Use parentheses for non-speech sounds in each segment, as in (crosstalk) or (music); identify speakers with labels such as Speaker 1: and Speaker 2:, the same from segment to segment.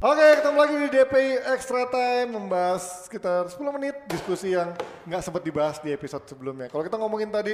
Speaker 1: Oke, ketemu lagi di DPI Extra Time membahas sekitar 10 menit diskusi yang nggak sempat dibahas di episode sebelumnya. Kalau kita ngomongin tadi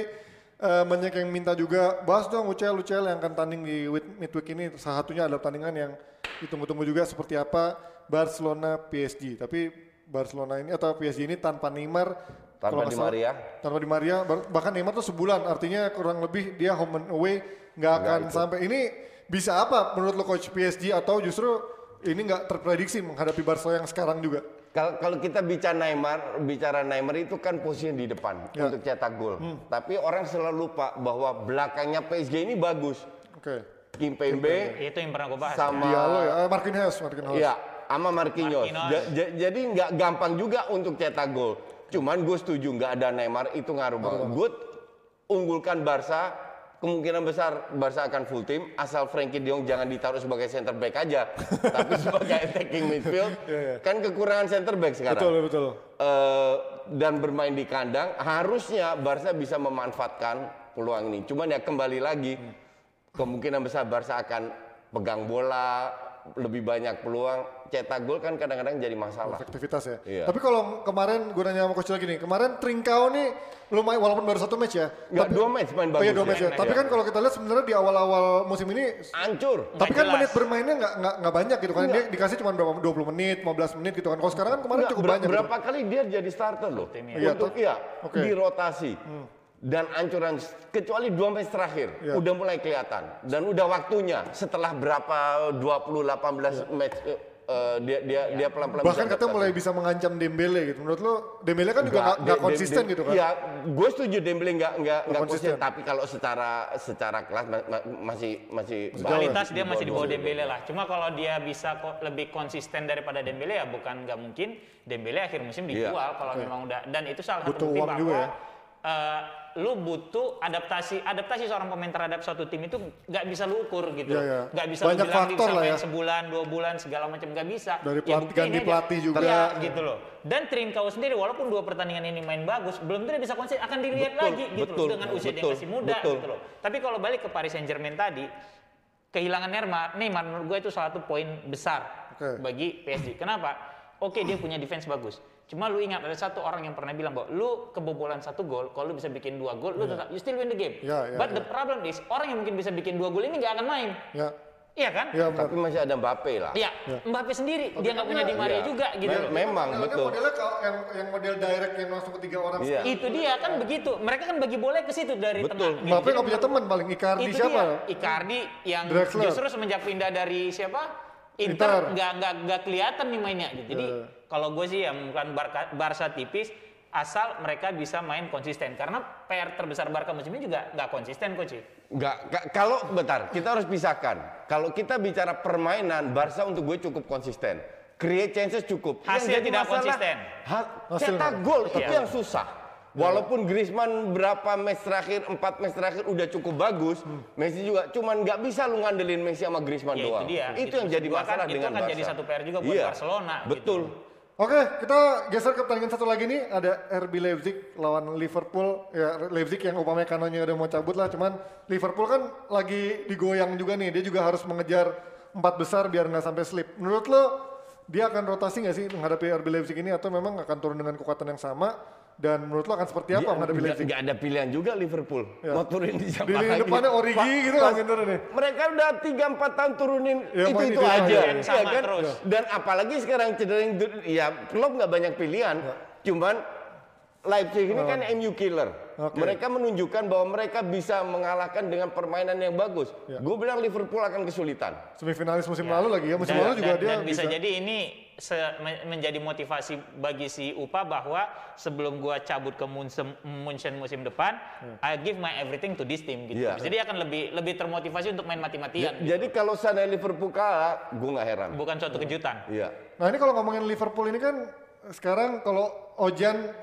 Speaker 1: eh, banyak yang minta juga bahas dong UCL UCL yang akan tanding di wid- midweek ini salah satunya adalah tandingan yang ditunggu-tunggu juga seperti apa Barcelona PSG. Tapi Barcelona ini atau PSG ini tanpa Neymar
Speaker 2: Tanpa
Speaker 1: kalau nggak
Speaker 2: Di
Speaker 1: salah-
Speaker 2: Maria.
Speaker 1: tanpa Di Maria bar- bahkan Neymar tuh sebulan artinya kurang lebih dia home and away nggak akan sampai ini bisa apa menurut lo coach PSG atau justru ini nggak terprediksi menghadapi Barcelona yang sekarang juga
Speaker 2: Kalau kalau kita bicara Neymar, bicara Neymar itu kan posisinya di depan
Speaker 1: Ya.
Speaker 2: untuk cetak gol. Tapi orang selalu lupa bahwa belakangnya PSG ini bagus.
Speaker 1: oke
Speaker 2: Kimpembe
Speaker 3: Itu yang pernah gue bahas.
Speaker 2: sama
Speaker 1: Diallo ya eh, Marquinhos Marquinhos
Speaker 2: ya sama Marquinhos.
Speaker 3: Marquinhos.
Speaker 2: Ja- ja- jadi nggak gampang juga untuk cetak gol. Cuman gue setuju nggak ada Neymar itu ngaruh banget. Gue unggulkan Barca kemungkinan besar Barca akan full team asal Frankie De Jong jangan ditaruh sebagai center back aja tapi sebagai attacking midfield kan kekurangan center back sekarang
Speaker 1: betul betul
Speaker 2: eh, dan bermain di kandang harusnya Barca bisa memanfaatkan peluang ini. Cuman ya kembali lagi kemungkinan besar Barca akan pegang bola lebih banyak peluang cetak gol kan kadang-kadang jadi masalah.
Speaker 1: efektivitas ya.
Speaker 2: Iya.
Speaker 1: Tapi kalau kemarin gue nanya sama coach lagi nih, kemarin Trinkau nih lumayan walaupun baru satu match ya.
Speaker 2: Nggak
Speaker 1: tapi-
Speaker 2: dua match main
Speaker 1: Oh
Speaker 2: bagus.
Speaker 1: iya dua match ya. Tapi kan kalau kita lihat sebenarnya di awal-awal musim ini
Speaker 2: hancur.
Speaker 1: Tapi
Speaker 3: Nggak
Speaker 1: kan
Speaker 3: jelas.
Speaker 1: menit bermainnya nggak nggak nggak banyak gitu kan. Dia dikasih cuma berapa 20 menit, 15 menit gitu kan. Kalau sekarang kan kemarin
Speaker 2: Nggak,
Speaker 1: cukup
Speaker 2: ber-
Speaker 1: banyak.
Speaker 2: Berapa kali dia jadi starter loh?
Speaker 1: Iya,
Speaker 3: ya.
Speaker 2: Untuk
Speaker 1: tuh.
Speaker 2: iya,
Speaker 1: Oke. Hmm.
Speaker 2: dirotasi. Dan ancuran kecuali dua match terakhir
Speaker 1: Iya.
Speaker 2: udah mulai kelihatan dan udah waktunya setelah berapa 20 18 match eh, eh, dia dia
Speaker 3: Iya.
Speaker 2: dia
Speaker 1: Gitu.
Speaker 2: pelan-pelan
Speaker 1: Iya. Bahkan
Speaker 2: bisa
Speaker 1: katanya
Speaker 2: adaptasi.
Speaker 1: mulai bisa mengancam Dembele gitu. Menurut lo Dembele kan juga
Speaker 2: Nggak,
Speaker 1: nggak- nggak
Speaker 2: Dem- Dem-
Speaker 1: konsisten
Speaker 2: Dem-
Speaker 1: gitu kan.
Speaker 2: Iya, gue setuju Dembele nggak nggak nggak
Speaker 1: konsisten.
Speaker 2: konsisten. Tapi kalau secara secara kelas ma- ma- masih masih
Speaker 3: Kualitas dia masih di bawah Dembele lah. Cuma kalau dia bisa ko- lebih konsisten daripada Dembele ya bukan nggak mungkin Dembele akhir musim
Speaker 2: Iya.
Speaker 3: dijual kalau memang udah dan itu salah
Speaker 1: Butuh
Speaker 3: satu bukti
Speaker 1: uang
Speaker 3: bahwa
Speaker 1: juga ya.
Speaker 3: eh, lu butuh adaptasi adaptasi seorang pemain terhadap suatu tim itu nggak bisa lu ukur gitu
Speaker 1: Iya, iya.
Speaker 3: nggak bisa
Speaker 1: Banyak
Speaker 3: lu bilang dia
Speaker 1: faktor
Speaker 3: bisa
Speaker 1: lah
Speaker 3: main
Speaker 1: ya.
Speaker 3: sebulan dua bulan segala macam nggak bisa Ya,
Speaker 1: Dari pelatih-
Speaker 3: buktiin
Speaker 1: ganti
Speaker 3: aja.
Speaker 1: pelatih juga.
Speaker 3: Iya, gitu loh dan Trinkau sendiri walaupun dua pertandingan ini main bagus belum tentu dia bisa konsisten akan dilihat
Speaker 2: Betul,
Speaker 3: lagi gitu
Speaker 2: betul,
Speaker 3: loh dengan usia dia
Speaker 2: betul,
Speaker 3: masih muda
Speaker 2: betul.
Speaker 3: gitu loh tapi kalau balik ke Paris Saint Germain tadi, kehilangan Neymar, Neymar menurut gue itu salah satu poin besar
Speaker 1: Oke.
Speaker 3: bagi PSG. Kenapa? Oke dia punya defense bagus. Cuma lu ingat ada satu orang yang pernah bilang bahwa lu kebobolan satu gol, kalau lu bisa bikin dua gol, lu tetap you still win the game.
Speaker 1: Iya, iya,
Speaker 3: But
Speaker 1: iya.
Speaker 3: the problem is orang yang mungkin bisa bikin dua gol ini nggak akan main,
Speaker 1: Ya,
Speaker 3: iya kan?
Speaker 1: ya benar.
Speaker 2: Tapi masih ada Mbappe lah.
Speaker 3: Iya, Mbappe sendiri dia nggak punya Di
Speaker 2: Iya.
Speaker 3: Maria juga gitu.
Speaker 2: Mem-
Speaker 3: loh.
Speaker 2: Memang
Speaker 1: Kan
Speaker 2: betul.
Speaker 1: Modelnya kalau yang yang model direct yang langsung ke tiga orang.
Speaker 2: Iya.
Speaker 3: Itu dia kan begitu. Mereka kan bagi bola ke situ dari
Speaker 2: Betul.
Speaker 3: tengah. gitu.
Speaker 1: Mbappe
Speaker 3: Jadi
Speaker 1: nggak punya teman paling Icardi
Speaker 3: itu
Speaker 1: siapa?
Speaker 3: dia Icardi yang
Speaker 1: Draxler.
Speaker 3: justru semenjak pindah dari siapa
Speaker 1: Inter.
Speaker 3: Inter nggak nggak nggak kelihatan nih mainnya gitu. Jadi
Speaker 1: Iya.
Speaker 3: kalau gue sih ya bukan Barca, Barca tipis asal mereka bisa main konsisten karena PR terbesar Barca musim ini juga nggak konsisten coach.
Speaker 2: Enggak, ka- kalau bentar, kita harus pisahkan. Kalau kita bicara permainan, Barca untuk gue cukup konsisten. Create chances cukup. Yang
Speaker 3: Hasil
Speaker 2: jadi
Speaker 3: tidak
Speaker 2: masalah,
Speaker 3: konsisten.
Speaker 2: ha-
Speaker 1: Hasil
Speaker 2: cetak
Speaker 1: nggak.
Speaker 2: gol itu
Speaker 3: Iya.
Speaker 2: yang susah. Walaupun Griezmann berapa match terakhir, empat match terakhir udah cukup bagus, Messi juga. Cuman nggak bisa lu ngandelin Messi sama Griezmann
Speaker 3: Hmm. Ya, itu
Speaker 2: doang.
Speaker 3: dia. Itu
Speaker 2: yang jadi
Speaker 3: juga kan-
Speaker 2: masalah
Speaker 3: itu
Speaker 2: dengan
Speaker 3: akan
Speaker 2: Barca. Iya.
Speaker 3: jadi satu PR juga buat Barcelona, gitu.
Speaker 2: Betul.
Speaker 1: Oke, kita geser ke pertandingan satu lagi nih. Ada RB Leipzig lawan Liverpool. Ya, Leipzig yang umpamanya kanonya udah mau cabut lah. Cuman Liverpool kan lagi digoyang juga nih. Dia juga harus mengejar empat besar biar nggak sampai slip. Menurut lo, dia akan rotasi nggak sih menghadapi RB Leipzig ini? Atau memang akan turun dengan kekuatan yang sama? Dan menurut lo akan seperti apa
Speaker 2: Dia-
Speaker 1: menghadapi
Speaker 2: nggak-
Speaker 1: Leipzig?
Speaker 2: nggak ada pilihan juga Liverpool.
Speaker 1: Ya.
Speaker 2: Mau turunin di siapa
Speaker 1: Di lini
Speaker 2: lagi?
Speaker 1: depannya Origi
Speaker 2: Pa-
Speaker 1: gitu
Speaker 2: pas-
Speaker 1: kan, bener nih.
Speaker 2: Mereka udah 3-4 tahun turunin
Speaker 1: Ya,
Speaker 2: itu
Speaker 1: main itu
Speaker 2: itu aja.
Speaker 1: aja. Ya.
Speaker 2: Iya
Speaker 3: Sama
Speaker 2: kan?
Speaker 3: terus.
Speaker 2: Dan apalagi sekarang cedera yang dur- ya Klopp nggak banyak pilihan.
Speaker 1: Ya.
Speaker 2: Cuman Leipzig ini kan MU killer.
Speaker 1: Oke.
Speaker 2: Mereka menunjukkan bahwa mereka bisa mengalahkan dengan permainan yang bagus.
Speaker 1: Ya.
Speaker 2: Gue bilang Liverpool akan kesulitan.
Speaker 1: Semifinalis musim lalu lagi ya. Musim
Speaker 3: Dan-
Speaker 1: lalu juga
Speaker 3: dan-
Speaker 1: dia
Speaker 3: dan bisa, jadi ini se- men- menjadi motivasi bagi si Upa bahwa sebelum gua cabut ke Munchen, Munchen musim depan,
Speaker 1: Hmm.
Speaker 3: I give my everything to this team gitu.
Speaker 2: Iya.
Speaker 3: Jadi akan lebih lebih termotivasi untuk main mati-matian.
Speaker 2: Jadi kalau sana Liverpool kalah, gue nggak heran.
Speaker 3: Bukan suatu kejutan.
Speaker 2: Iya.
Speaker 1: Nah ini kalau ngomongin Liverpool ini kan sekarang kalau Ojan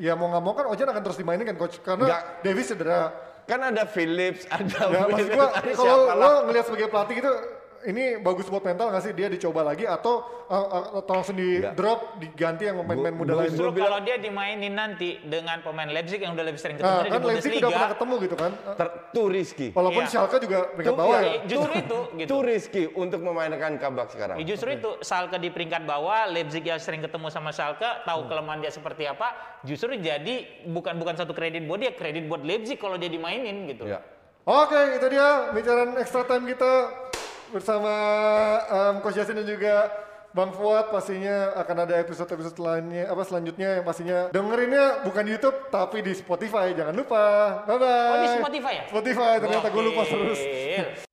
Speaker 1: ya mau nggak mau kan Ojan akan terus dimainin kan coach karena
Speaker 2: Nggak.
Speaker 1: Davis cedera.
Speaker 2: Kan ada Philips, ada
Speaker 1: Ya maksud
Speaker 2: Willian,
Speaker 1: gua
Speaker 2: ada
Speaker 1: kalau
Speaker 2: iya. siapa lah.
Speaker 1: lo ngelihat sebagai pelatih gitu ini bagus buat mental nggak sih dia dicoba lagi atau uh, uh, atau langsung di
Speaker 3: Iya.
Speaker 2: Nggak.
Speaker 1: drop diganti yang pemain-pemain
Speaker 2: Gua-
Speaker 1: muda
Speaker 2: gua
Speaker 1: lain? Nah,
Speaker 3: Justru
Speaker 2: Gua bilang-
Speaker 3: kalau dia dimainin nanti dengan pemain Leipzig yang udah lebih sering ketemu
Speaker 1: Nah,
Speaker 3: dia
Speaker 1: kan
Speaker 3: di
Speaker 1: Leipzig udah pernah
Speaker 3: Bundesliga,
Speaker 1: ketemu gitu kan. Uh,
Speaker 2: Ter, too risky.
Speaker 1: Walaupun
Speaker 3: Iya.
Speaker 1: Schalke juga peringkat
Speaker 2: Tuh,
Speaker 1: bawah
Speaker 2: iya,
Speaker 1: ya.
Speaker 3: eh, justru itu gitu.
Speaker 2: Too risky untuk memainkan kabak sekarang.
Speaker 3: Ya, Justru itu Schalke di peringkat bawah, Leipzig yang sering ketemu sama Schalke,
Speaker 1: Hmm.
Speaker 3: tahu kelemahan dia seperti apa, justru jadi bukan bukan satu kredit buat dia, kredit buat Leipzig kalau dia dimainin gitu.
Speaker 2: Ya.
Speaker 1: Oke, itu dia bicaraan extra time kita bersama em, Coach Yasin dan juga Bang Fuad. Pastinya akan ada episode-episode lainnya apa selanjutnya yang pastinya dengerinnya bukan di YouTube tapi di Spotify. Jangan lupa. Bye bye.
Speaker 3: Oh, di Spotify ya?
Speaker 1: Spotify. Eh, Ternyata gue lupa terus.
Speaker 3: (laughs) Gokil.